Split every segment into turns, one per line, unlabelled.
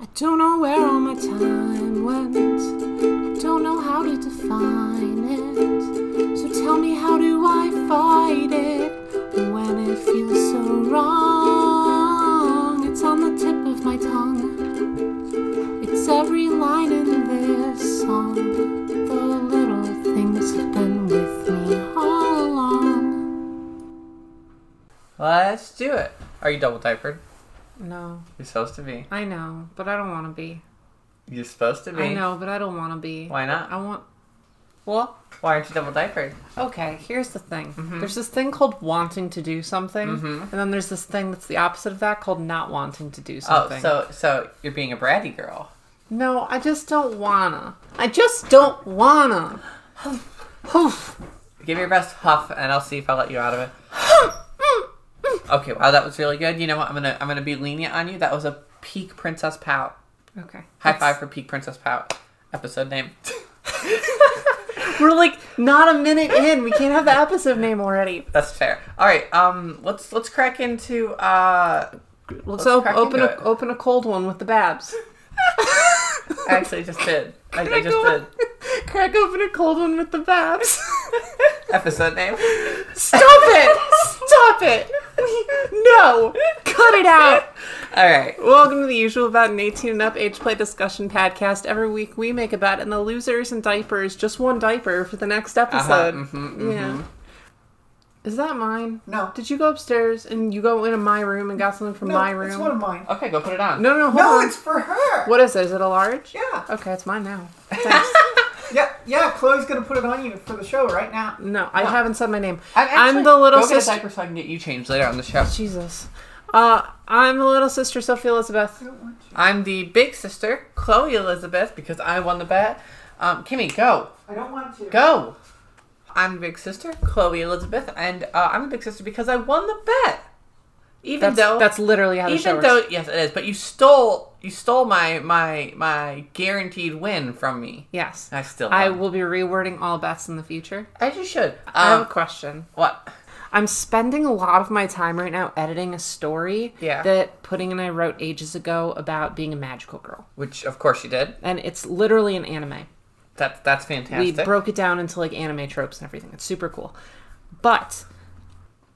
I don't know where all my time went. I don't know how to define it. So tell me, how do I fight it when it feels so wrong? It's on the tip of my tongue. It's every line in this song. The little things have been with me all along.
Let's do it. Are you double diapered?
No,
You're supposed to be.
I know, but I don't want to be.
You're supposed to be.
I know, but I don't want to be.
Why not?
I want
Well, why aren't you double diapered?
Okay, here's the thing.
Mm-hmm.
There's this thing called wanting to do something, and then there's this thing that's the opposite of that called not wanting to do
Oh,
something.
so so you're being a bratty girl.
no, I just don't wanna. I just don't wanna. Oof.
Give your best huff, and I'll see if I let you out of it. okay. Wow, that was really good. You know what? I'm gonna I'm gonna be lenient on you. That was a peak princess pout.
Okay.
High five for peak princess pout. Episode name.
We're like not a minute in. We can't have the episode name already.
That's fair. All right. Um. Let's let's crack into uh.
Let's, op-
crack
open
into
a
it.
open a cold one with the Babs.
I actually just did. I, I
Crack
just did.
open- Crack open a cold one with the Babs.
Episode name.
Stop it! Stop it! No! Cut it out!
All right.
Welcome to the usual about an 18 and up age play discussion podcast. Every week we make about and the losers and diapers, just one diaper for the next
Uh-huh,
episode.
mm-hmm,
Yeah. Is that mine?
No.
Did you go upstairs and you go into my room and got something from
No,
my
It's
room?
one of mine.
Okay. Go put it on.
no, no, hold
No,
on.
it's for her.
What is it? Is it a large?
Yeah.
Okay, it's mine now. Thanks.
Yeah, yeah. Chloe's gonna put it on you for the show right now.
no, I haven't said my name.
I'm, actually-
the little
go get a
sister-
diaper so I can get you changed later on the show.
Jesus. Uh, I'm the little sister, Sophie Elizabeth.
I'm the big sister, Chloe Elizabeth, because I won the bet. Um, Kimmy, go,
I don't want to.
go. I'm the big sister, Chloe Elizabeth, and uh, I'm the big sister because I won the bet. Even
That's,
though,
that's literally how the show
even
works.
though, yes, it is. But you stole, you stole my my my guaranteed win from me.
Yes.
I still,
I
won.
will be rewording all bets in the future.
as you should.
I have a
Um,
question.
what?
I'm spending a lot of my time right now editing a story
Yeah.
that Pudding and I wrote ages ago about being a magical girl.
Which, of course, you did.
And it's literally an anime.
That that's
We
fantastic.
broke it down into like anime tropes and everything. It's super cool. But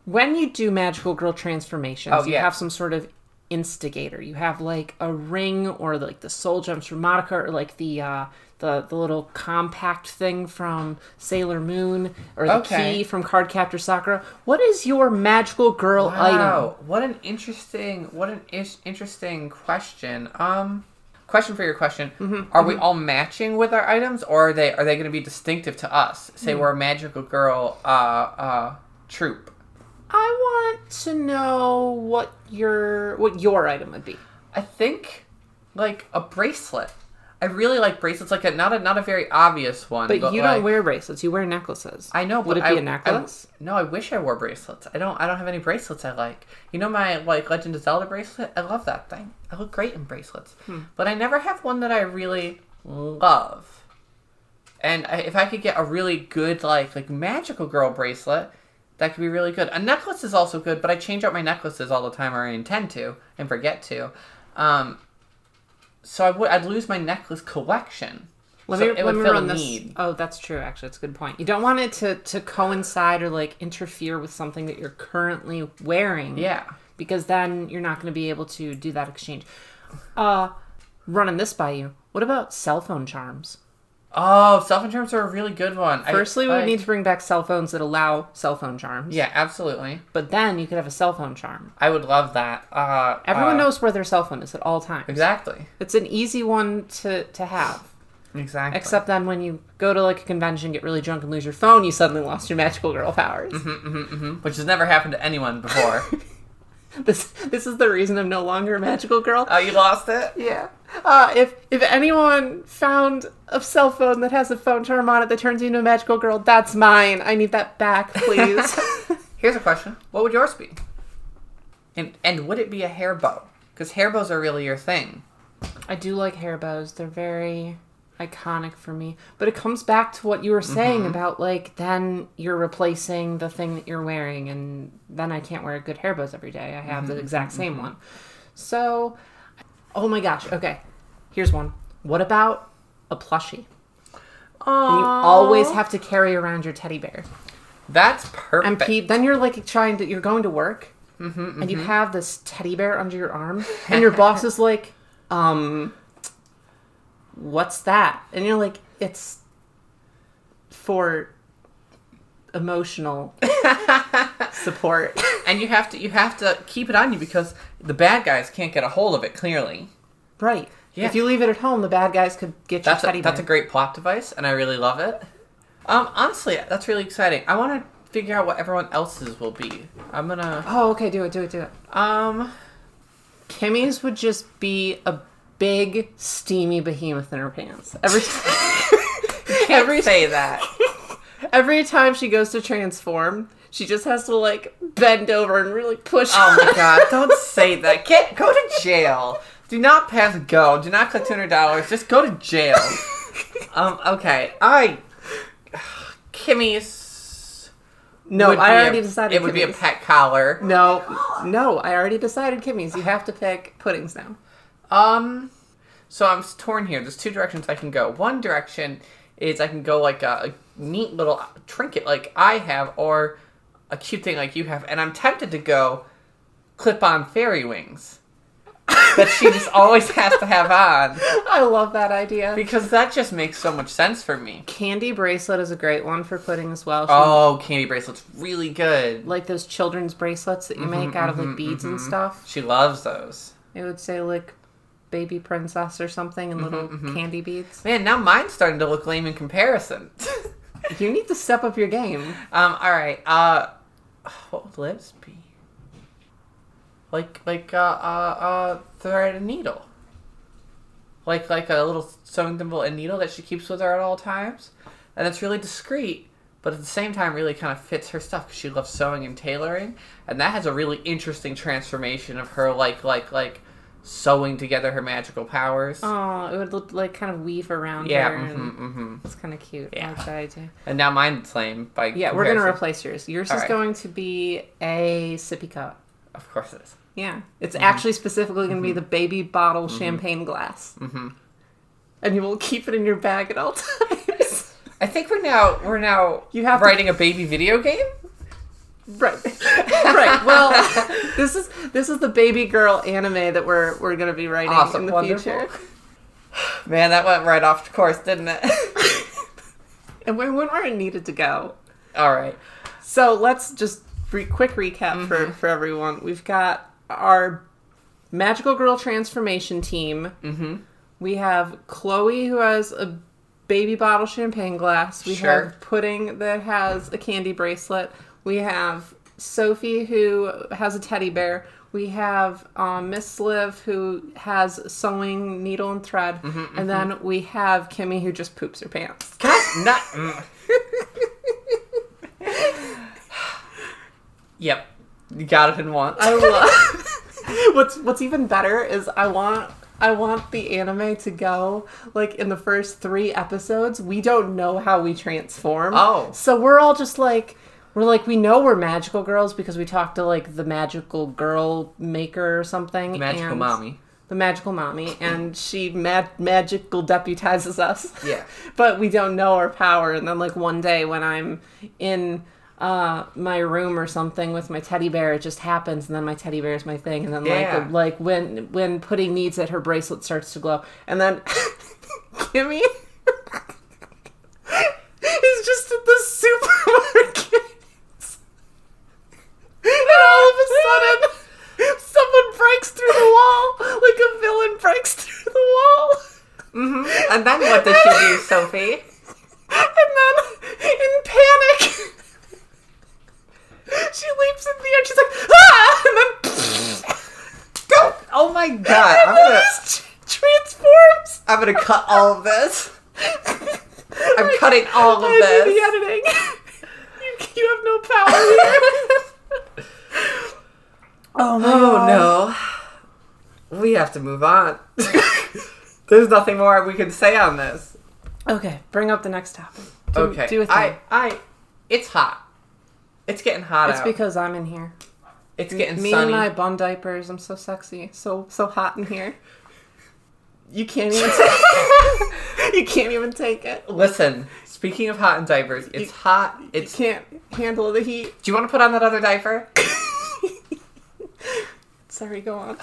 when you do magical girl transformations,
Oh,
you
yeah.
have some sort of instigator. You have like a ring or like the soul gems from Monica or like the uh the, the little compact thing from Sailor Moon or the
Okay.
key from Cardcaptor Sakura. What is your magical girl item?
Wow, what an interesting, what an is- interesting question. Um, question for your question:
Mm-hmm,
Are we all matching with our items, or are they are they going to be distinctive to us? Say
Mm.
we're a magical girl uh, uh, troop.
I want to know what your what your item would be.
I think like a bracelet. I really like bracelets, like a not a not a very obvious one.
But,
But,
you
like,
don't wear bracelets; you wear necklaces.
I know,
Would
but
it be a
I-
necklace?
I- no, I wish I wore bracelets. I don't. I don't have any bracelets I like. You know my like Legend of Zelda bracelet. I love that thing. I look great in bracelets,
Hmm.
but I never have one that I really love. And I, if I could get a really good like like magical girl bracelet, that could be really good. A necklace is also good, but I change out my necklaces all the time, or I intend to and forget to. Um, so I would I'd lose my necklace collection.
Let
So
me,
it
let
would
me
fill a
run this.
need.
Oh, that's true. Actually, it's a good point. You don't want it to, to coincide or like interfere with something that you're currently wearing.
Yeah.
Because then you're not going to be able to do that exchange. Uh, running this by you. What about cell phone charms?
Oh, self insurance are a really good one. I-
Firstly, we
I-
would need to bring back cell phones that allow cell phone charms.
Yeah, absolutely.
But then you could have a cell phone charm.
I would love that. Uh,
Everyone
uh,
knows where their cell phone is at all times.
exactly.
It's an easy one to, to have.
Exactly.
Except then when you go to like a convention, get really drunk, and lose your phone, you suddenly lost your magical girl powers.
Mm-hmm. which has never happened to anyone before.
This this is the reason I'm no longer a magical girl.
oh, you lost it.
Uh, yeah. Uh, if if anyone found a cell phone that has a phone charm on it that turns you into a magical girl, that's mine. I need that back, please.
Here's a question: What would yours be? And and would it be a hair bow? Because hair bows are really your thing.
I do like hair bows. They're very iconic for me. But it comes back to what you were saying about like then you're replacing the thing that you're wearing and then I can't wear good hair bows every day. I have the exact same one. So oh my gosh, okay. Here's one. What about a plushie?
Oh,
You always have to carry around your teddy bear.
That's perfect.
And Pete, then you're like trying to, you're going to work,
Mm-hmm,
and you have this teddy bear under your arm, and your boss is like, um, what's that? And you're like, it's for emotional support.
and you have to you have to keep it on you because the bad guys can't get a hold of it clearly.
right.
Yeah.
If you leave it at home, the bad guys could get your
That's
teddy
a,
bear.
that's a great plot device, and I really love it. Um, honestly, that's really exciting. I want to figure out what everyone else's will be. I'm gonna
oh, okay, do it, do it, do it.
um
Kimmy's would just be a big steamy behemoth in her pants. Every
every say that.
every time she goes to transform, she just has to like bend over and really push.
Oh my god, don't say that. Get go to jail. Do not pass go. Do not collect two hundred dollars. Just go to jail. um, okay. I Kimmy's
no,
would be
I already
a-
decided.
it would be a
Kimmy's.
pet collar.
No, no, I already decided Kimmy's. You have to pick puddings now.
Um, so I'm torn here. There's two directions I can go. One direction is I can go like a, a neat little trinket like I have, or a cute thing like you have, and I'm tempted to go clip-on fairy wings that she just always has to have on
I love that idea.
because that just makes so much sense for me.
Candy bracelet is a great one for pudding as well. She-
Oh, candy bracelets, really good.
Like those children's bracelets that you make out of like beads and stuff.
She loves those.
It would say like baby princess or something and little candy beads.
Man, now mine's starting to look lame in comparison.
You need to step up your game.
Um. All right. Uh, what would lips be? Like like uh uh uh thread and needle. Like like a little sewing thimble and needle that she keeps with her at all times, and it's really discreet, but at the same time really kind of fits her stuff because she loves sewing and tailoring, and that has a really interesting transformation of her like like like sewing together her magical powers.
Oh, it would look like kind of weave around
yeah.
her. and
Mm-hmm, mm-hmm.
It's kind of cute. I
Yeah.
like that idea.
And now mine's lame by
Yeah, we're gonna
comparison.
replace yours. Yours
All
is
right.
going to be a sippy cup.
Of course it is.
Yeah, it's actually specifically going to be
Mm-hmm.
the baby bottle champagne glass, and you will keep it in your bag at all times.
I think we're now we're now
You have to-
writing a baby video game.
right, right. Well, this is this is the baby girl anime that we're we're gonna be writing
Awesome,
in the
wonderful.
future.
Man, that went right off course, didn't it?
And we went where it needed to go.
All right.
So let's just re- quick recap for, for everyone. We've got our magical girl transformation team. Mm-hmm. We have Chloe who has a baby bottle champagne glass. We
Sure.
have Pudding that has a candy bracelet. We have Sophie who has a teddy bear. We have um, Miss Sliv who has sewing needle and thread, and then we have Kimmy who just poops her pants.
Can I not? mm. yep. You got it in once.
I love. what's What's even better is I want I want the anime to go like in the first three episodes. We don't know how we transform.
Oh.
so we're all just like. We're like we know we're magical girls because we talked to like the magical girl maker or something.
Magical
and-
mommy.
the magical mommy, and she mag- magical deputizes us.
Yeah.
but we don't know our power. And then, like one day when I'm in uh, my room or something with my teddy bear, it just happens, and then my teddy bear is my thing. And then,
Yeah.
like, like when when Pudding needs it, her bracelet starts to glow, and then Kimmy. is just at the supermarket. And all of a sudden, someone breaks through the wall, like a villain breaks through the wall.
Mm-hmm. And then what does she do, Sophie?
And then, in panic, she leaps in the air. She's like, ah! And then,
Don't. Oh my god. I'm
and then
gonna.
just transforms.
I'm gonna cut all of this. I'm cutting all of
I do the
this.
editing. you, you have no power here. oh my
Oh no. We have to move on. There's nothing more we can say on this.
Okay, bring up the next topic. Do,
Okay.
do a thing.
I, I, it's hot. It's getting hot
it's
out.
because I'm in here.
it's getting
Me and
sunny.
my bum diapers. I'm so sexy. So so hot in here. You can't even. Take, you can't even take it.
Listen, speaking of hot and divers, it's hot.
You
It's.
can't handle the heat.
Do you want to put on that other diaper?
Sorry, go on.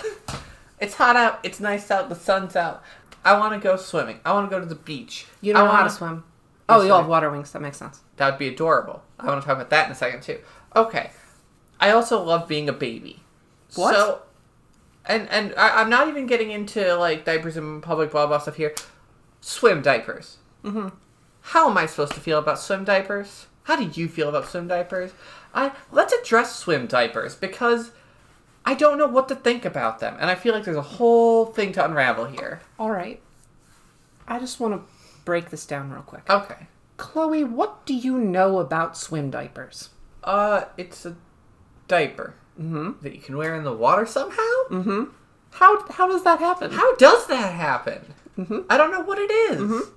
It's hot out. It's nice out. The sun's out. I want to go swimming. I want to go to the beach.
You don't
I
know how
wanna-
to swim. Oh, you all
sorry.
have water wings. That makes sense.
That would be adorable. I want to talk about that in a second too. Okay. I also love being a baby.
What?
So, and and I, I'm not even getting into like diapers and public blah blah stuff here. Swim diapers. Mm-hmm. How am I supposed to feel about swim diapers? How do you feel about swim diapers? I let's address swim diapers because I don't know what to think about them, and I feel like there's a whole thing to unravel here.
All right. I just want to break this down real quick.
Okay.
Chloe, what do you know about swim diapers?
Uh, it's a diaper that you can wear in the water somehow. Mm-hmm. How
How does that happen?
how does that happen?
Mm-hmm.
I don't know what it is.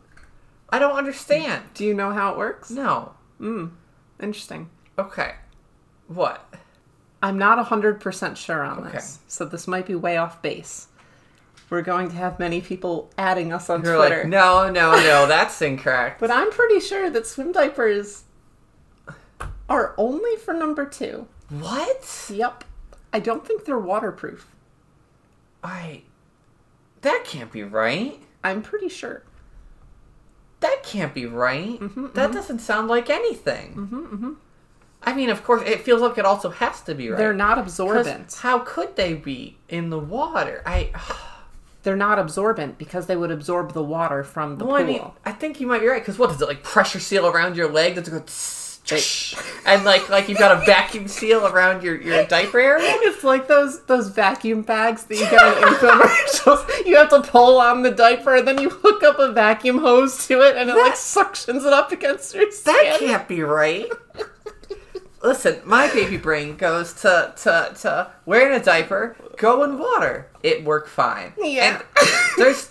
I don't understand.
Do you know how it works? Mm,
No.
Interesting.
Okay. What?
I'm not 100% sure on
Okay.
this, so this might be way off base. We're going to have many people adding us on
You're
Twitter.
like no, no, no. That's incorrect.
But I'm pretty sure that swim diapers are only for number two.
what?
Yep. I don't think they're waterproof.
I. That can't be right.
I'm pretty sure.
That can't be right.
Mm-hmm,
that doesn't sound like anything. I mean, of course, it feels like it also has to be right.
They're not
'Cause
absorbent.
How could they be in the water? I.
They're not absorbent because they would absorb the water from the
Well, I
pool.
mean, I think you might be right because what does it like pressure seal around your leg? That's going and like like you've got a vacuum seal around your your diaper area.
It's like those those vacuum bags that you get on infomercials. You have to pull on the diaper, and then you hook up a vacuum hose to it, and it like suctions it up against your
That
skin.
can't be right. Listen, my baby brain goes to to to wearing a diaper, go in water. It worked fine.
Yeah.
And there's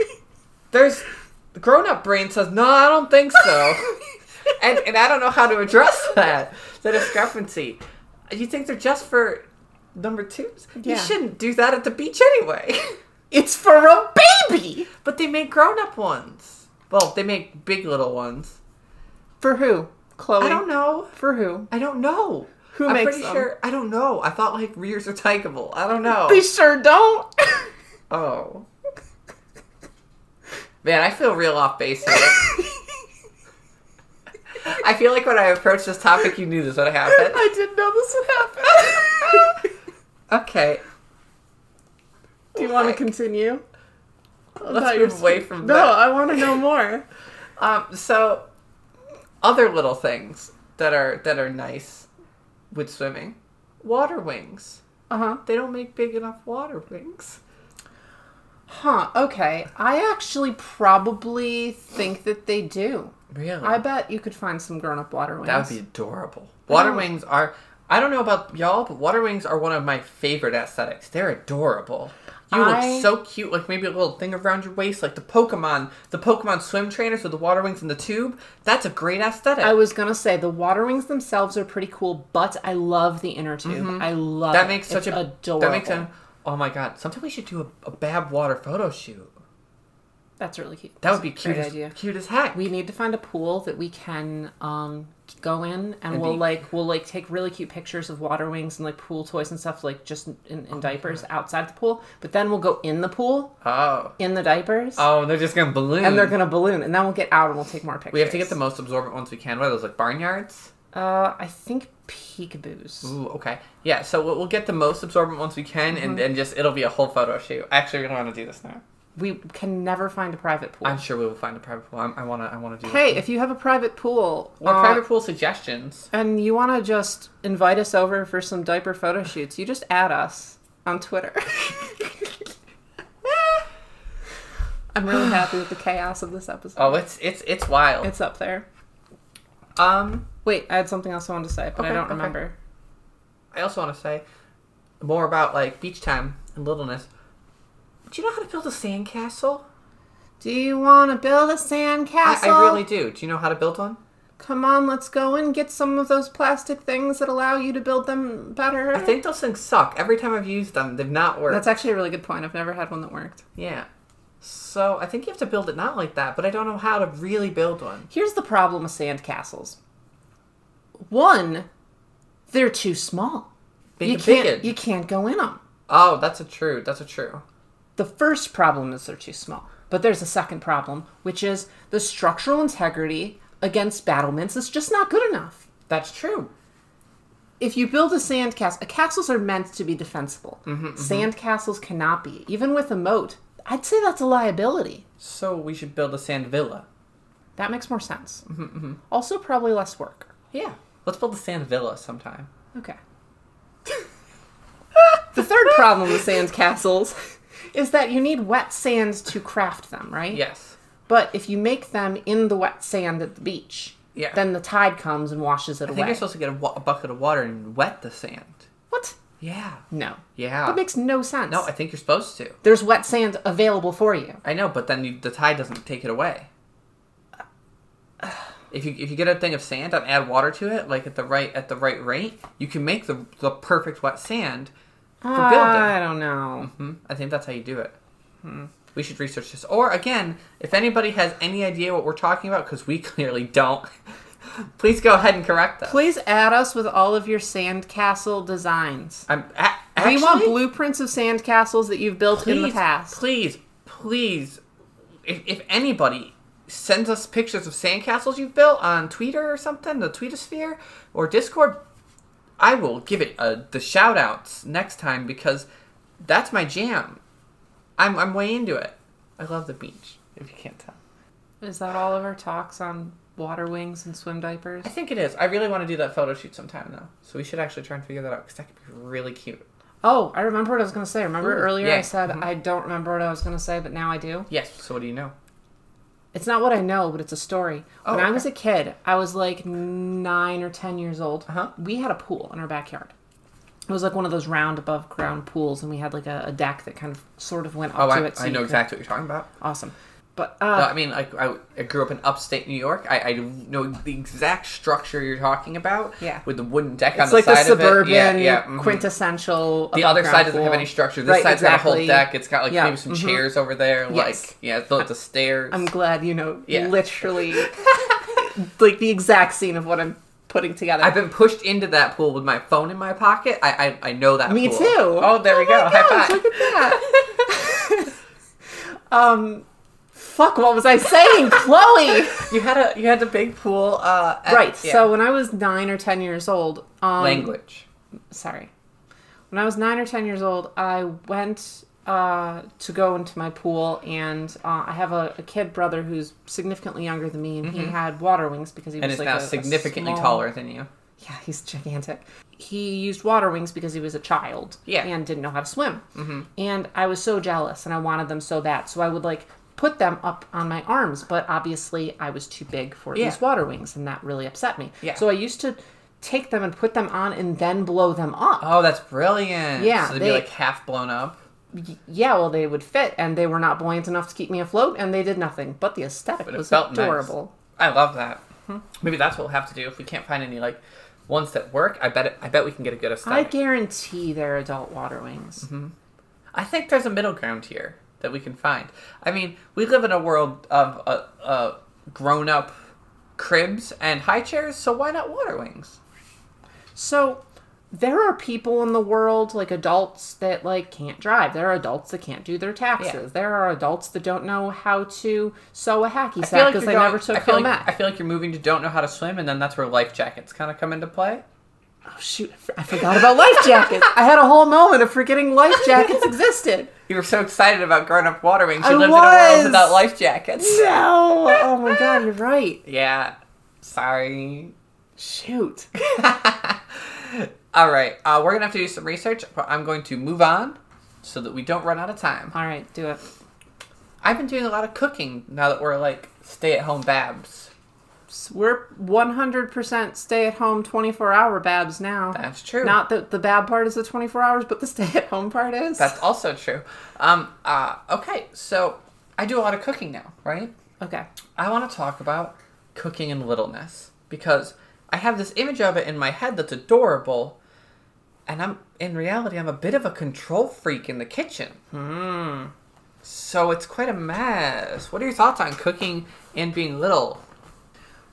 there's the grown up brain says no, I don't think so. and and I don't know how to address that the discrepancy. You think they're just for number twos?
Yeah.
You shouldn't do that at the beach anyway.
It's for a baby.
but they make grown up ones. Well, they make big little ones.
For who, Chloe?
I don't know.
For who?
I don't know.
Who
I'm
makes
pretty
them?
sure. I don't know. I thought like rears are takeable. I don't know.
They sure don't.
oh. Man, I feel real off base here. I feel like when I approached this topic, you knew this would happen.
I didn't know this would happen.
Okay,
Do you want to continue?
let's move away from
No,
that.
I want to know more.
Um, so other little things that are that are nice with swimming, water wings.
Uh huh.
They don't make big enough water wings.
Huh. Okay. I actually probably think that they do.
Really?
I bet you could find some grown up water wings.
That would be adorable. Water
Oh.
wings are. I don't know about y'all, but water wings are one of my favorite aesthetics. They're adorable. You
I-
look so cute, like maybe a little thing around your waist, like the Pokemon, the Pokemon swim trainers with the water wings in the tube. That's a great aesthetic.
I was gonna say the water wings themselves are pretty cool, but I love the inner tube. I love
Mm-hmm. that
it.
makes
It's
such a
adorable.
That makes a, oh my god! Sometime we should do a, a Bab water photo shoot.
That's really cute.
That would
That's a
be cute.
Great
As,
idea.
Cute as heck.
We need to find a pool that we can um, go in, and we'll
be-
like we'll like take really cute pictures of water wings and like pool toys and stuff, like just in, in diapers outside the pool. But then we'll go in the pool
oh
in the diapers,
oh, and they're just gonna balloon.
and they're gonna balloon, and then we'll get out and we'll take more pictures.
Hmm. We have to get the most absorbent ones we can. What are those like barnyards?
Uh, I think peekaboos.
Ooh, okay. Yeah, so we'll, we'll get the most absorbent ones we can,
Mm-hmm.
and then just it'll be a whole photo shoot. Actually, we're gonna want to do this now.
We can never find a private pool.
I'm sure we will find a private pool. I'm, I wanna, I wanna do. this.
hey, if you have a private pool
or
uh,
private pool suggestions.
and you want to just invite us over for some diaper photo shoots, you just add us on Twitter. I'm really happy with the chaos of this episode.
Oh, it's it's it's wild.
It's up there.
um,
Wait, I had something else I wanted to say, but I
Okay,
don't
okay.
remember.
I also want to say more about like beach time and littleness. Do you know how to build a sandcastle?
Do you want to build a
I,
sandcastle?
I really do. Do you know how to build one?
Come on, let's go and get some of those plastic things that allow you to build them better.
I think those things suck. Every time I've used them, they've not worked.
That's actually a really good point. I've never had one that worked.
yeah. So I think you have to build it not like that, but I don't know how to really build one.
Here's the problem with sand castles. One, they're too small.
Make
you
it
can't
big.
you can't go in them.
oh, that's a true. That's a true.
The first problem is they're too small. But there's a second problem, which is the structural integrity against battlements is just not good enough.
That's true.
If you build a sand castle, castles are meant to be defensible.
Mm-hmm,
Sand castles cannot be, even with a moat. I'd say that's a liability.
So we should build a sand villa.
That makes more sense.
Mm-hmm,
Also, probably less work.
Yeah. Let's build a sand villa sometime.
Okay. the third problem with sand castles is that you need wet sand to craft them, right?
Yes.
But if you make them in the wet sand at the beach,
Yeah.
then the tide comes and washes it
I think
away.
you're supposed to get a, wa- a bucket of water and wet the sand.
What?
Yeah.
No.
Yeah.
That makes no sense.
no, I think you're supposed to.
There's wet sand available for you.
I know, but then you, the tide doesn't take it away. If you if you get a thing of sand and add water to it, like at the right at the right rate, you can make the the perfect wet sand for
I
building.
don't know.
Hmm? I think that's how you do it. Hmm. We should research this. Or again, if anybody has any idea what we're talking about, because we clearly don't, please go ahead and correct us.
Please add us with all of your sand castle designs.
I'm a- actually,
we want blueprints of sand castles that you've built in the past.
Please, please, if, if anybody sends us pictures of sandcastles you've built on Twitter or something, the Tweetosphere or Discord, I will give it uh the shout outs next time because that's my jam. I'm, I'm way into it. I love the beach, if you can't tell.
Is that all of our talks on water wings and swim diapers?
I think it is. I really want to do that photo shoot sometime, though. So we should actually try and figure that out because that could be really cute.
Oh, I remember what I was going to say. Remember
Ooh,
earlier
yeah. Mm-hmm.
I said I don't remember what I was going to say, but now I do?
Yes. So what do you know?
It's not what I know, but it's a story.
Oh,
when I
okay.
was a kid, I was like nine or ten years old.
Uh-huh.
We had a pool in our backyard. It was like one of those round above ground pools, and we had like a, a deck that kind of sort of went up
Oh,
to
I,
it.
I know
you could-
exactly what you're talking about.
Awesome. But
No,
uh,
I mean, like I, I grew up in upstate New York. I, I know the exact structure you're talking about.
Yeah.
With the wooden deck on
it's
the
like
side
the
of it.
suburban
Yeah, yeah. mhm.
quintessential.
The other
above-ground
side doesn't have
pool.
any structure. This
Right,
side's got a whole
exactly.
deck. It's got like
Yeah,
maybe some
mhm.
chairs over there.
Yes.
Like yeah, the, the stairs.
I'm glad you know
Yeah.
literally, like the exact scene of what I'm putting together.
I've been pushed into that pool with my phone in my pocket. I I, I know that.
Me
pool.
too.
Oh, there we
my
go. High
gosh,
five.
Look at that. um, fuck. What was I saying, Chloe?
You had a you had the big pool. Uh, at-
Right.
yeah.
So when I was nine or ten years old, um,
language.
Sorry, when I was nine or ten years old, I went uh, to go into my pool, and uh, I have a, a kid brother who's significantly younger than me, and he had water wings because he
Mm-hmm. And
was
it's
like
now
a- a
significantly
small-
taller than you.
yeah, he's gigantic. He used water wings because he was a child
Yeah.
and didn't know how to swim. Mm-hmm. And I was so jealous and I wanted them so bad. So I would like put them up on my arms, but obviously I was too big for
Yeah.
these water wings and that really upset me.
Yeah.
So I used to take them and put them on and then blow them up.
Oh, that's brilliant.
Yeah,
So they'd
they-
be like half blown up.
Y- yeah, well, they would fit and they were not buoyant enough to keep me afloat and they did nothing. But the aesthetic
it
was
felt nice.
adorable.
I love that. Maybe that's what we'll have to do if we can't find any like ones that work. I bet it, I bet we can get a good
I
aesthetic. I,
guarantee they're adult water wings.
Mm-hmm. think there's a middle ground here that we can find. I mean, we live in a world of uh, uh, grown up cribs and high chairs, so why not water wings?
So there are people in the world, like adults, that like can't drive. There are adults that can't do their taxes.
Yeah.
There are adults that don't know how to sew a hacky
I feel
sack
like
because they
you're going-
never took
I feel
home
like,
ec.
I feel like you're moving to don't know how to swim, and then that's where life jackets kind of come into play.
Oh shoot, I f- I forgot about life jackets. I had a whole moment of forgetting life jackets existed.
You were so excited about grown up water wings, you
I
lived in a
was.
world without life jackets.
No. Oh my god, you're right.
Yeah, sorry.
Shoot.
All right, uh, we're gonna have to do some research, but I'm going to move on so that we don't run out of time.
All right, do it.
I've been doing a lot of cooking now that we're like stay-at-home babs.
S- We're 100% stay at home 24 hour babs now.
That's true.
Not that the bab part is the 24 hours, but the stay at home part is.
That's also true. Um, uh, okay, so I do a lot of cooking now, right?
okay.
I want to talk about cooking and littleness because I have this image of it in my head that's adorable, Hmm. and I'm in reality I'm a bit of a control freak in the kitchen. So it's quite a mess. What are your thoughts on cooking and being little?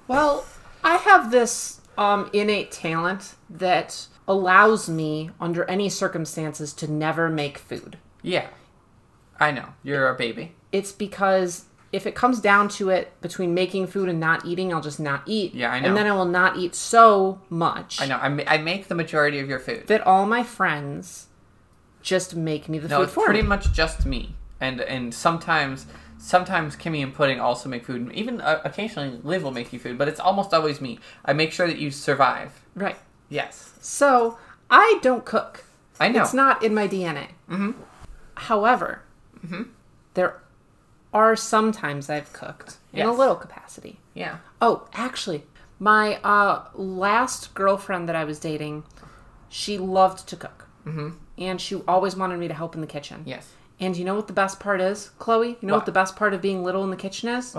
Well, I have this um, innate talent that allows me, under any circumstances, to never make food.
Yeah. I know. You're a baby.
It's because if it comes down to it, between making food and not eating, I'll just not eat.
Yeah, I know.
And then I will not eat so much
I know. I, ma- I make the majority of your food.
that all my friends just make me the
No,
food
it's
for
pretty
me.
much just me. And and sometimes sometimes Kimmy and Pudding also make food. And Even uh, occasionally Liv will make you food, but it's almost always me. I make sure that you survive.
right.
Yes.
So I don't cook.
I know.
It's not in my DNA. However, there are some times I've cooked in a
Yes.
little capacity.
yeah.
Oh, actually, my uh, last girlfriend that I was dating, she loved to cook. Mm-hmm. And she always wanted me to help in the kitchen.
Yes.
And you know what the best part is, Chloe? You know what,
What?
the best part of being little in the kitchen is?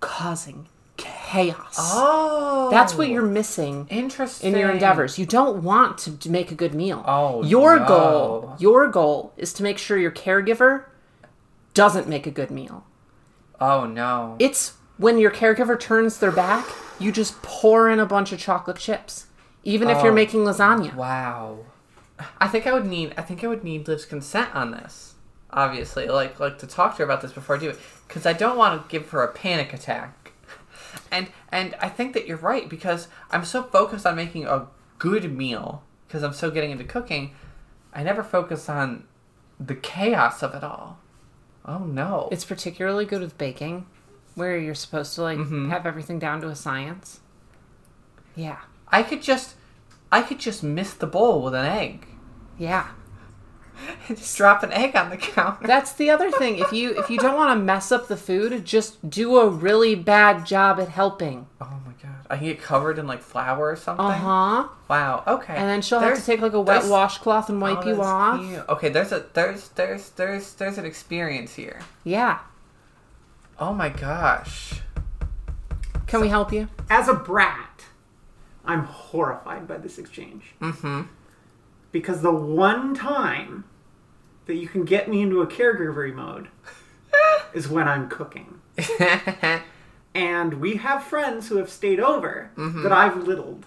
Causing chaos.
Oh.
That's what you're missing
interesting
in your endeavors. You don't want to, to make a good meal.
Oh,
your
no.
goal, your goal is to make sure your caregiver doesn't make a good meal.
Oh no.
It's when your caregiver turns their back, you just pour in a bunch of chocolate chips, even if you're
Oh.
making lasagna.
Wow. I think I would need I think I would need Liv's consent on this. Obviously, like like to talk to her about this before I do it cuz I don't want to give her a panic attack. And and I think that you're right because I'm so focused on making a good meal cuz I'm so getting into cooking, I never focus on the chaos of it all. Oh no.
It's particularly good with baking, where you're supposed to like
Mm-hmm.
have everything down to a science. Yeah.
I could just I could just miss the bowl with an egg.
Yeah.
Just drop an egg on the counter.
That's the other thing. If you if you don't want to mess up the food, just do a really bad job at helping.
Oh my god. I can get covered in like flour or something.
Uh-huh.
Wow. Okay.
And then she'll have
There's-
to take like a wet
there's-
washcloth and
Oh,
wipe you
that's
off.
cute. Okay. There's a there's there's there's there's an experience here.
Yeah.
Oh my gosh.
Can we help you?
As a brat, I'm horrified by this exchange. Mm-hmm. Because the one time that you can get me into a caregiver mode is when I'm cooking. And we have friends who have stayed over that I've littled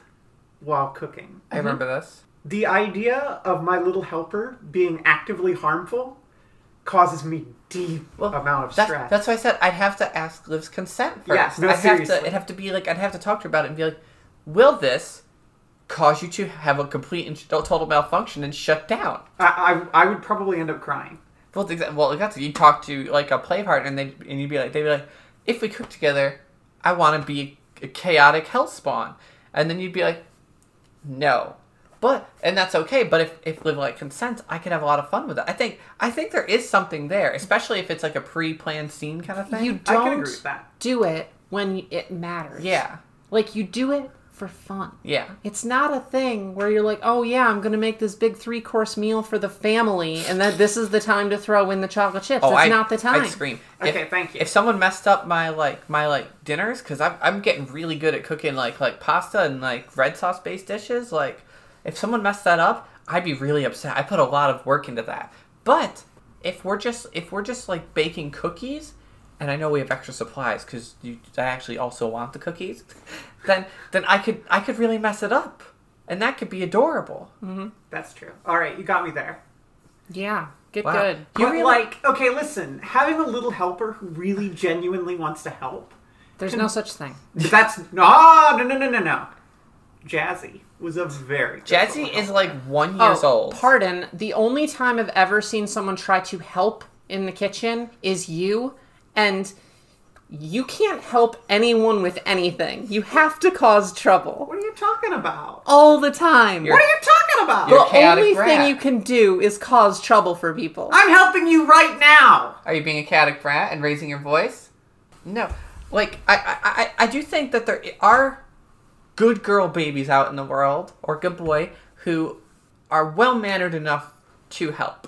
while cooking.
I remember this.
The idea of my little helper being actively harmful causes me deep amount of
that's,
stress.
That's why I said I'd have to ask Liv's consent first.
Yes, no,
I'd have to.
seriously.
I'd have to be like I'd have to talk to her about it and be like, will this cause you to have a complete and total malfunction and shut down?
I, I, I would probably end up crying.
Well, the exa- well, that's you talk to like a play partner, and they and you'd be like, they'd be like, if we cook together, I want to be a chaotic hell spawn, and then you'd be like, no, but and that's okay. But if if live like consents, I could have a lot of fun with it. I think I think there is something there, especially if it's like a pre-planned scene kind of thing.
You
I can
don't
agree with that.
do it when it matters.
yeah,
Like you do it for fun.
yeah,
It's not a thing where you're like, oh yeah, I'm gonna make this big three course meal for the family, and that this is the time to throw in the chocolate chips. That's
Oh, I,
not the time.
I'd scream.
Okay,
if,
thank you.
If someone messed up my like my like dinners, because I'm I'm getting really good at cooking like like pasta and like red sauce based dishes. Like, if someone messed that up, I'd be really upset. I put a lot of work into that. But if we're just if we're just like baking cookies, and I know we have extra supplies because you I actually also want the cookies, then then I could I could really mess it up, and that could be adorable.
Mm-hmm. That's true. All right, you got me there.
Yeah, get
Wow.
good.
You
But
really-
like, okay, listen, having a little helper who really genuinely wants to help,
There's no such thing.
that's no, no, no, no, no, no. Jazzy was a very good
Jazzy
little
is
helper.
like one years
Oh,
old.
Pardon. The only time I've ever seen someone try to help in the kitchen is you, and you can't help anyone with anything. You have to cause trouble
What are you talking about?
all the time.
What are you talking about?
You're-
the
chaotic
only
brat.
thing you can do is cause trouble for people.
I'm helping you right now.
Are you being a chaotic brat and raising your voice? No. Like I I, I I do think that there are good girl babies out in the world or good boy who are well mannered enough to help.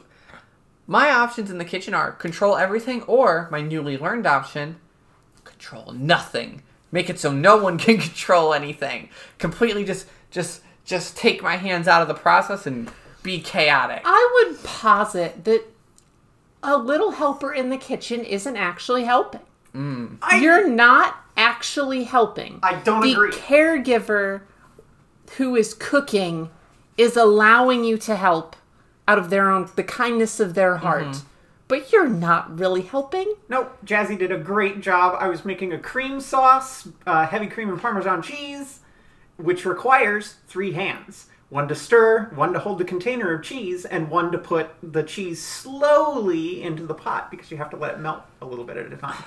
My options in the kitchen are control everything or my newly learned option, control nothing. Make it so no one can control anything. Completely just just just take my hands out of the process and be chaotic.
I would posit that a little helper in the kitchen isn't actually helping.
I-
You're not actually helping.
I don't
the
agree.
caregiver who is cooking is allowing you to help out of their own the kindness of their heart.
Mm-hmm.
But you're not really helping.
Nope, Jazzy did a great job. I was making a cream sauce, uh, heavy cream and Parmesan cheese, which requires three hands one to stir, one to hold the container of cheese, and one to put the cheese slowly into the pot because you have to let it melt a little bit at a time.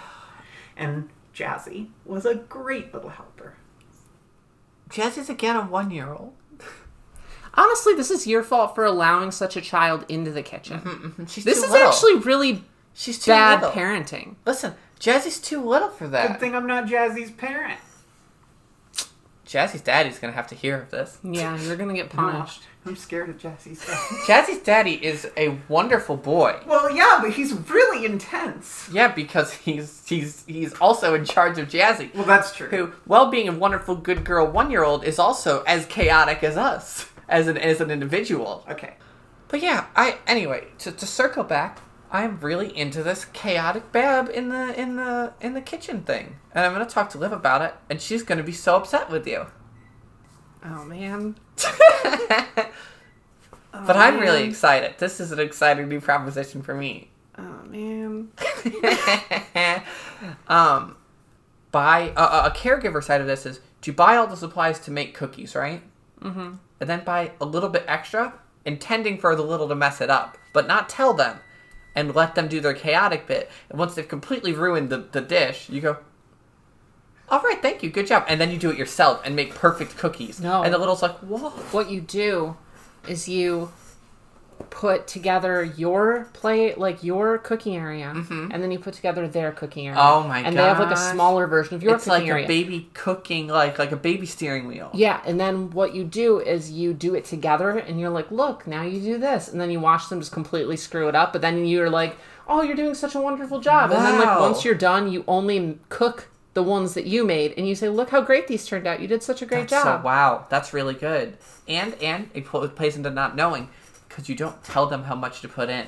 And Jazzy was a great little helper.
Jazzy's again a one year old.
Honestly, this is your fault for allowing such a child into the kitchen.
She's
This
Mm-hmm, too
is
little.
actually really
she's too
bad
little.
parenting.
Listen, Jazzy's too little for
Good
that.
thing I'm not Jazzy's parent.
Jazzy's daddy's gonna have to hear of this.
Yeah, you're gonna get punished.
Uh, I'm scared of Jazzy's dad.
Jazzy's daddy is a wonderful boy.
well, yeah, but he's really intense.
Yeah, because he's he's he's also in charge of Jazzy.
Well, that's true.
who, while being a wonderful good girl one year old, is also as chaotic as us as an as an individual.
Okay.
But yeah, I anyway to, to circle back, I'm really into this chaotic bab in the in the in the kitchen thing, and I'm gonna talk to Liv about it, and she's gonna be so upset with you.
Oh man.
but I'm really
Um,
excited. This is an exciting new proposition for me.
Oh man.
um, buy uh, uh, a caregiver side of this is do you buy all the supplies to make cookies, right? Mm-hmm. And then buy a little bit extra, intending for the little to mess it up, but not tell them, and let them do their chaotic bit. And once they've completely ruined the, the dish, you go. All right, thank you. Good job. And then you do it yourself and make perfect cookies.
No.
And the little's like, "Whoa,
What you do is you put together your plate, like your cooking area, and then you put together their cooking area.
Mm-hmm. Oh my
And they have like a
gosh.
smaller version of your
it's
cooking
like
area.
a baby cooking, like like a baby steering wheel."
Yeah, and then what you do is you do it together, and you're like, "Look, now you do this," and then you watch them just completely screw it up. But then you're like, "Oh, you're doing such a wonderful job!" And then like
Wow.
once you're done, you only cook the ones that you made, and you say, "Look how great these turned out! You did such a great
That's
job."
So wow, that's really good. And and it pl- plays into not knowing because you don't tell them how much to put in.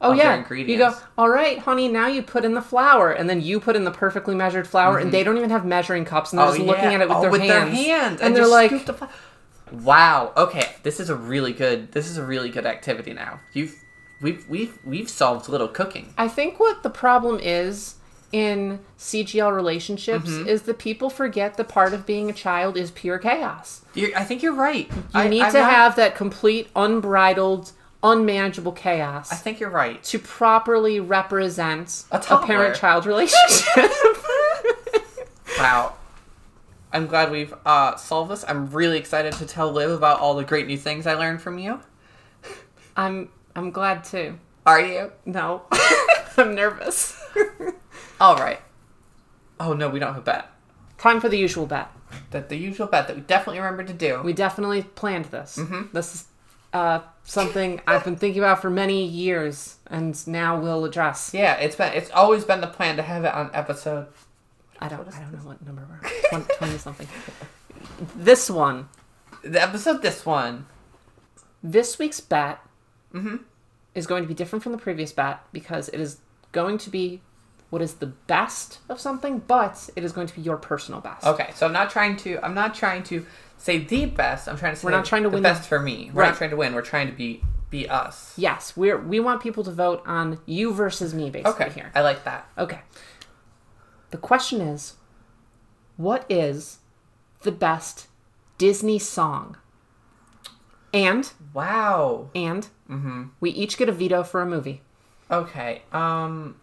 Oh
of their
yeah, you go.
ingredients.
All right, honey. Now you put in the flour, and then you put in the perfectly measured flour, and they don't even have measuring cups, and they're
Mm-hmm. Oh,
just
yeah.
looking at it with,
Oh,
their,
with
hands.
hands,
and, they're
just
like,
scoop the fla- "Wow, okay, this is a really good. This is a really good activity now. You've we've we've we've solved little cooking.
I think what the problem is in CGL relationships
Mm-hmm.
is that people forget the part of being a child is pure chaos.
You're, I think you're right. You
You need to have that complete, unbridled, unmanageable chaos
I think you're right.
to properly represent
A
a,
toddler.
parent-child relationship.
Wow. I'm glad we've uh, solved this. I'm really excited to tell Liv about all the great new things I learned from you.
I'm I'm glad too.
Are you?
No, I'm nervous.
All right. Oh no, we don't have a bet.
Time for the usual bet.
That the usual bet that we definitely remember to do.
We definitely planned this.
Mm-hmm.
This is uh, something I've been thinking about for many years, and now we'll address.
yeah, it's been it's always been the plan to have it on episode.
I don't. I don't know what number we're. Twenty, 20 something. This one.
The episode this one.
This week's bat
Mm-hmm.
is going to be different from the previous bat because it is going to be what is the best of something, but it is going to be your personal best.
Okay, so I'm not trying to I'm not trying to say the best. I'm trying to say
We're not trying to
the
win the-
best for me. We're not
Right.
trying to win. We're trying to be be us.
Yes, we're we want people to vote on you versus me basically
Okay,
here.
I like that.
Okay. The question is, what is the best Disney song? And
Wow.
and
Mm-hmm.
we each get a veto for a movie.
Okay. Um,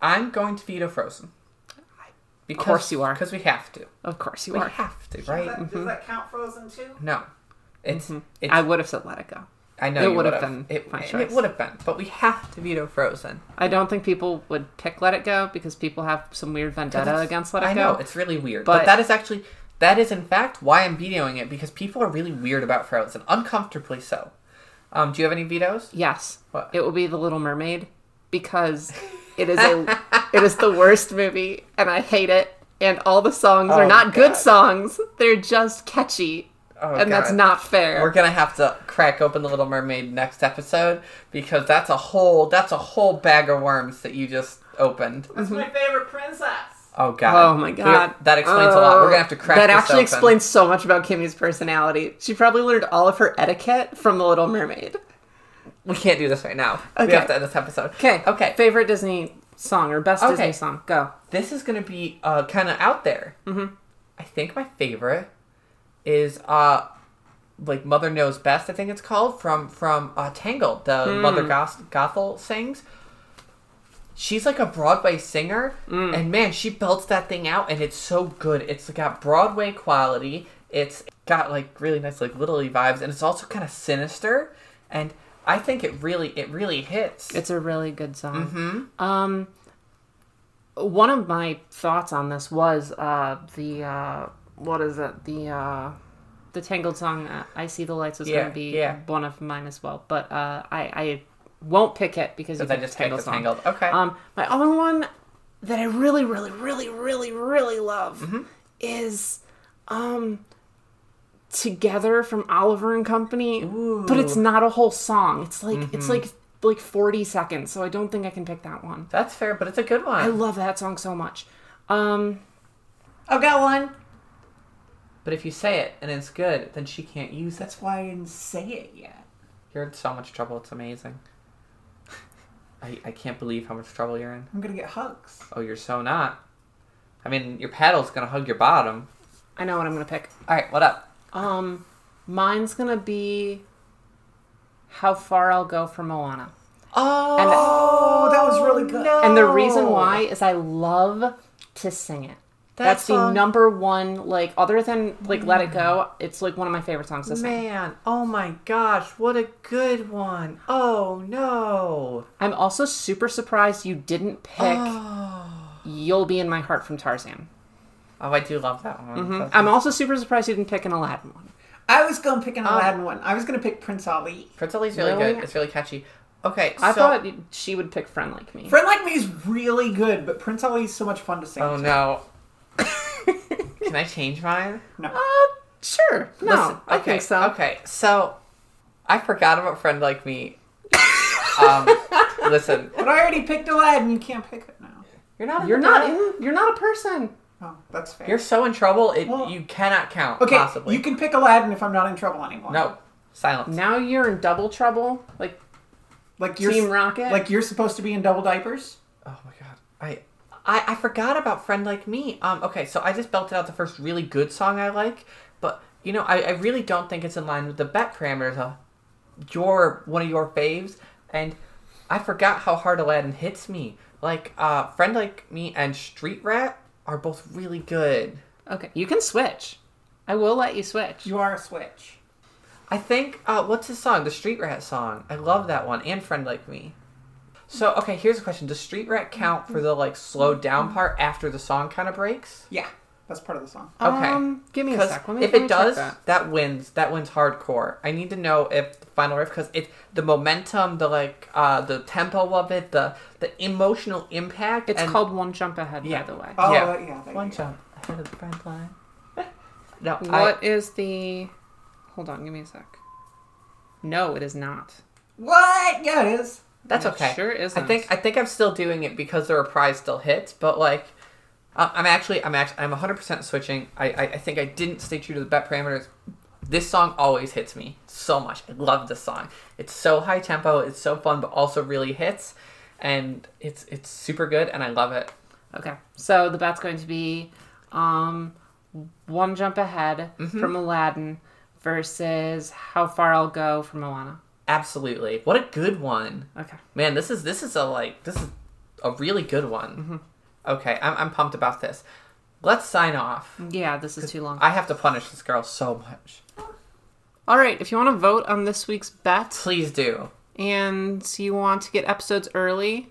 I'm going to veto Frozen. Because, of
course you are.
Because we have to.
Of course you
We
are.
have to, right? mm-hmm.
Does that, does that count Frozen too?
No. It's it's
Mm-hmm. I would have said let it go.
I know
It
you would
would've been
have It,
my
and it
choice.
would have been, but we have to veto Frozen.
I don't think people would pick let it go because people have some weird vendetta
That's-
against let it
I
go.
know it's really weird, but,
But-
that is actually that is in fact why I'm vetoing it because people are really weird about Frozen, uncomfortably so. Um, do you have any vetoes?
yes.
What?
It will be The Little Mermaid because it is a it is the worst movie and I hate it and all the songs
Oh,
are not
God.
good songs. They're just catchy
Oh,
and that's
God.
not fair.
We're gonna have to crack open the Little Mermaid next episode because that's a whole that's a whole bag of worms that you just opened.
That's my favorite princess.
Oh god.
Oh my
We're-
god. Oh,
that explains a lot. We're gonna have to crack
That
this
actually
open.
explains so much about Kimmy's personality. She probably learned all of her etiquette from The Little Mermaid.
We can't do this right now. We
Okay.
have to end this episode.
Okay.
Okay.
Favorite Disney song or best
Okay.
Disney song? Go.
This is gonna be uh, kind of out there. Mm-hmm. I think my favorite is uh, like Mother Knows Best. I think it's called from from uh, Tangled. The Mother Goth- Gothel sings. She's like a Broadway singer, and man, she belts that thing out, and it's so good. It's got Broadway quality. It's got like really nice like Little E vibes, and it's also kind of sinister. And I think it really it really hits.
It's a really good song.
Mm-hmm.
Um, one of my thoughts on this was uh, the uh, what is it the uh, the Tangled song uh, "I See the Lights" was
Yeah,
going to be
yeah.
one of mine as well, but uh, I, I won't pick it because you
Because I
picked
just
the
picked the
song.
Tangled. Okay.
Um, my other one that I really, really, really, really, really love
Mm-hmm.
is um, "Together" from Oliver and Company, but it's not a whole song. It's like it's
Mm-hmm.
like like forty seconds, so I don't think I can pick that one.
That's fair, but it's a good one.
I love that song so much. Um,
I've got one. But if you say it and it's good, then she can't use. That's why I didn't say it yet. You're in so much trouble. It's amazing. I, I can't believe how much trouble you're in.
I'm gonna get hugs.
Oh, you're so not. I mean, your paddle's gonna hug your bottom.
I know what I'm gonna pick.
All right, what up?
Um, mine's gonna be "How Far I'll Go" from Moana.
Oh,
Oh, that was really good.
And the reason why is I love to sing it.
That
That's the
song-
number one, like, other than, like, Let It Go, it's, like, one of my favorite songs to sing.
Man, oh my gosh, what a good one. Oh no.
I'm also super surprised you didn't pick You'll Be in My Heart from Tarzan.
Oh, I do love that one. That's-
I'm also super surprised you didn't pick an Aladdin one.
I was gonna pick an
Um.
Aladdin one. I was gonna pick Prince Ali.
Prince Ali's really
Really?
good. It's really catchy. Okay,
I
so
thought you- she would pick Friend Like Me.
Friend Like Me is really good, but Prince Ali is so much fun to sing.
Oh
to.
no. Can I change mine?
No.
Uh, Sure. No,
Listen,
I think so.
Okay, so I forgot about friend like me. um, listen,
But I already picked Aladdin. You can't pick it now.
you're not. in
You're
the
not
game.
in, you're not a person.
Oh, that's fair.
You're so in trouble. It
Well-
you cannot count.
okay,
possibly.
you can pick Aladdin if I'm not in trouble anymore.
no silence.
Now you're in double trouble. Like,
Like you're
Team Rocket?
Like you're supposed to be in double diapers.
Oh my god, I. I, I forgot about friend like me. Um, okay, so I just belted out the first really good song I like, but you know I, I really don't think it's in line with the bet parameters of your one of your faves and i forgot how hard aladdin hits me like uh friend like me and street rat are both really good
okay, you can switch. I will let you switch.
You are a switch.
i think uh what's his song the street rat song i love that one and friend like me so okay here's a question does street rat count for the like slowed down part after the song kind of breaks
Yeah, that's part of the song.
okay
Um, give me a
Because
sec. Let me,
if
let
it
me check
does,
that.
that. wins. That wins hardcore. I need to know if the final riff because it the momentum, the like, uh, the tempo of it, the the emotional impact.
It's
and-
called One Jump Ahead,
Yeah. Uh,
by the way.
Oh
Yeah.
yeah, yeah there
one
you go.
jump ahead of the front line. no, I,
What is the? Hold on, give me a sec. No, it is not.
What? Yeah, it is.
that's
It
okay.
Sure is.
I think I think I'm still doing it because the reprise still hits, but like. uh, I'm actually, I'm actually, I'm 100% switching. I, I, I think I didn't stay true to the bet parameters. This song always hits me so much. I love this song. It's so high tempo. It's so fun, but also really hits, and it's it's super good, and I love it.
Okay, so the bat's going to be, um, One Jump Ahead
Mm-hmm.
from Aladdin versus How Far I'll Go from Moana.
Absolutely, what a good one,
Okay.
man. This is this is a like this is a really good one.
Mm-hmm.
Okay, I'm I'm pumped about this. Let's sign off.
Yeah, this is too long.
I have to punish this girl so much.
All right, if you want to vote on this week's bet,
Please do.
and you want to get episodes early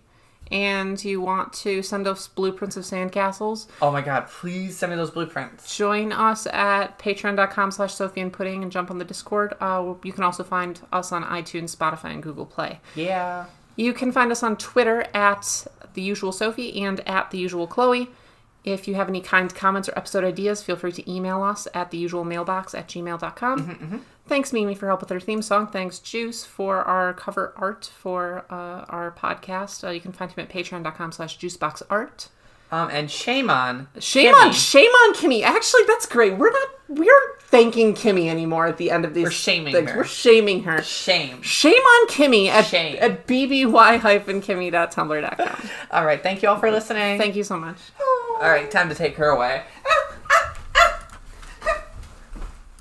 and you want to send us blueprints of sandcastles,
Oh my god, please send me those blueprints.
join us at patreon.com slash sophie and pudding and jump on the discord uh, you can also find us on itunes spotify and google play
Yeah.
you can find us on twitter at the usual sophie and at the usual chloe If you have any kind comments or episode ideas, feel free to email us at the usual mailbox at gmail.com. Thanks, Mimi, for help with our theme song. Thanks, Juice, for our cover art for uh, our podcast. Uh, you can find him at patreon.com slash juiceboxart.
Um, and shame on.
Shame
Kimmy.
on, shame on Kimmy. Actually, that's great. We're not, we're thanking Kimmy anymore at the end of these. We're
shaming her.
We're shaming her.
Shame.
Shame on Kimmy at,
Shame.
at bby-kimmy.tumblr.com.
All right. Thank you all for listening.
Thank you so much.
All right. Time to take her away.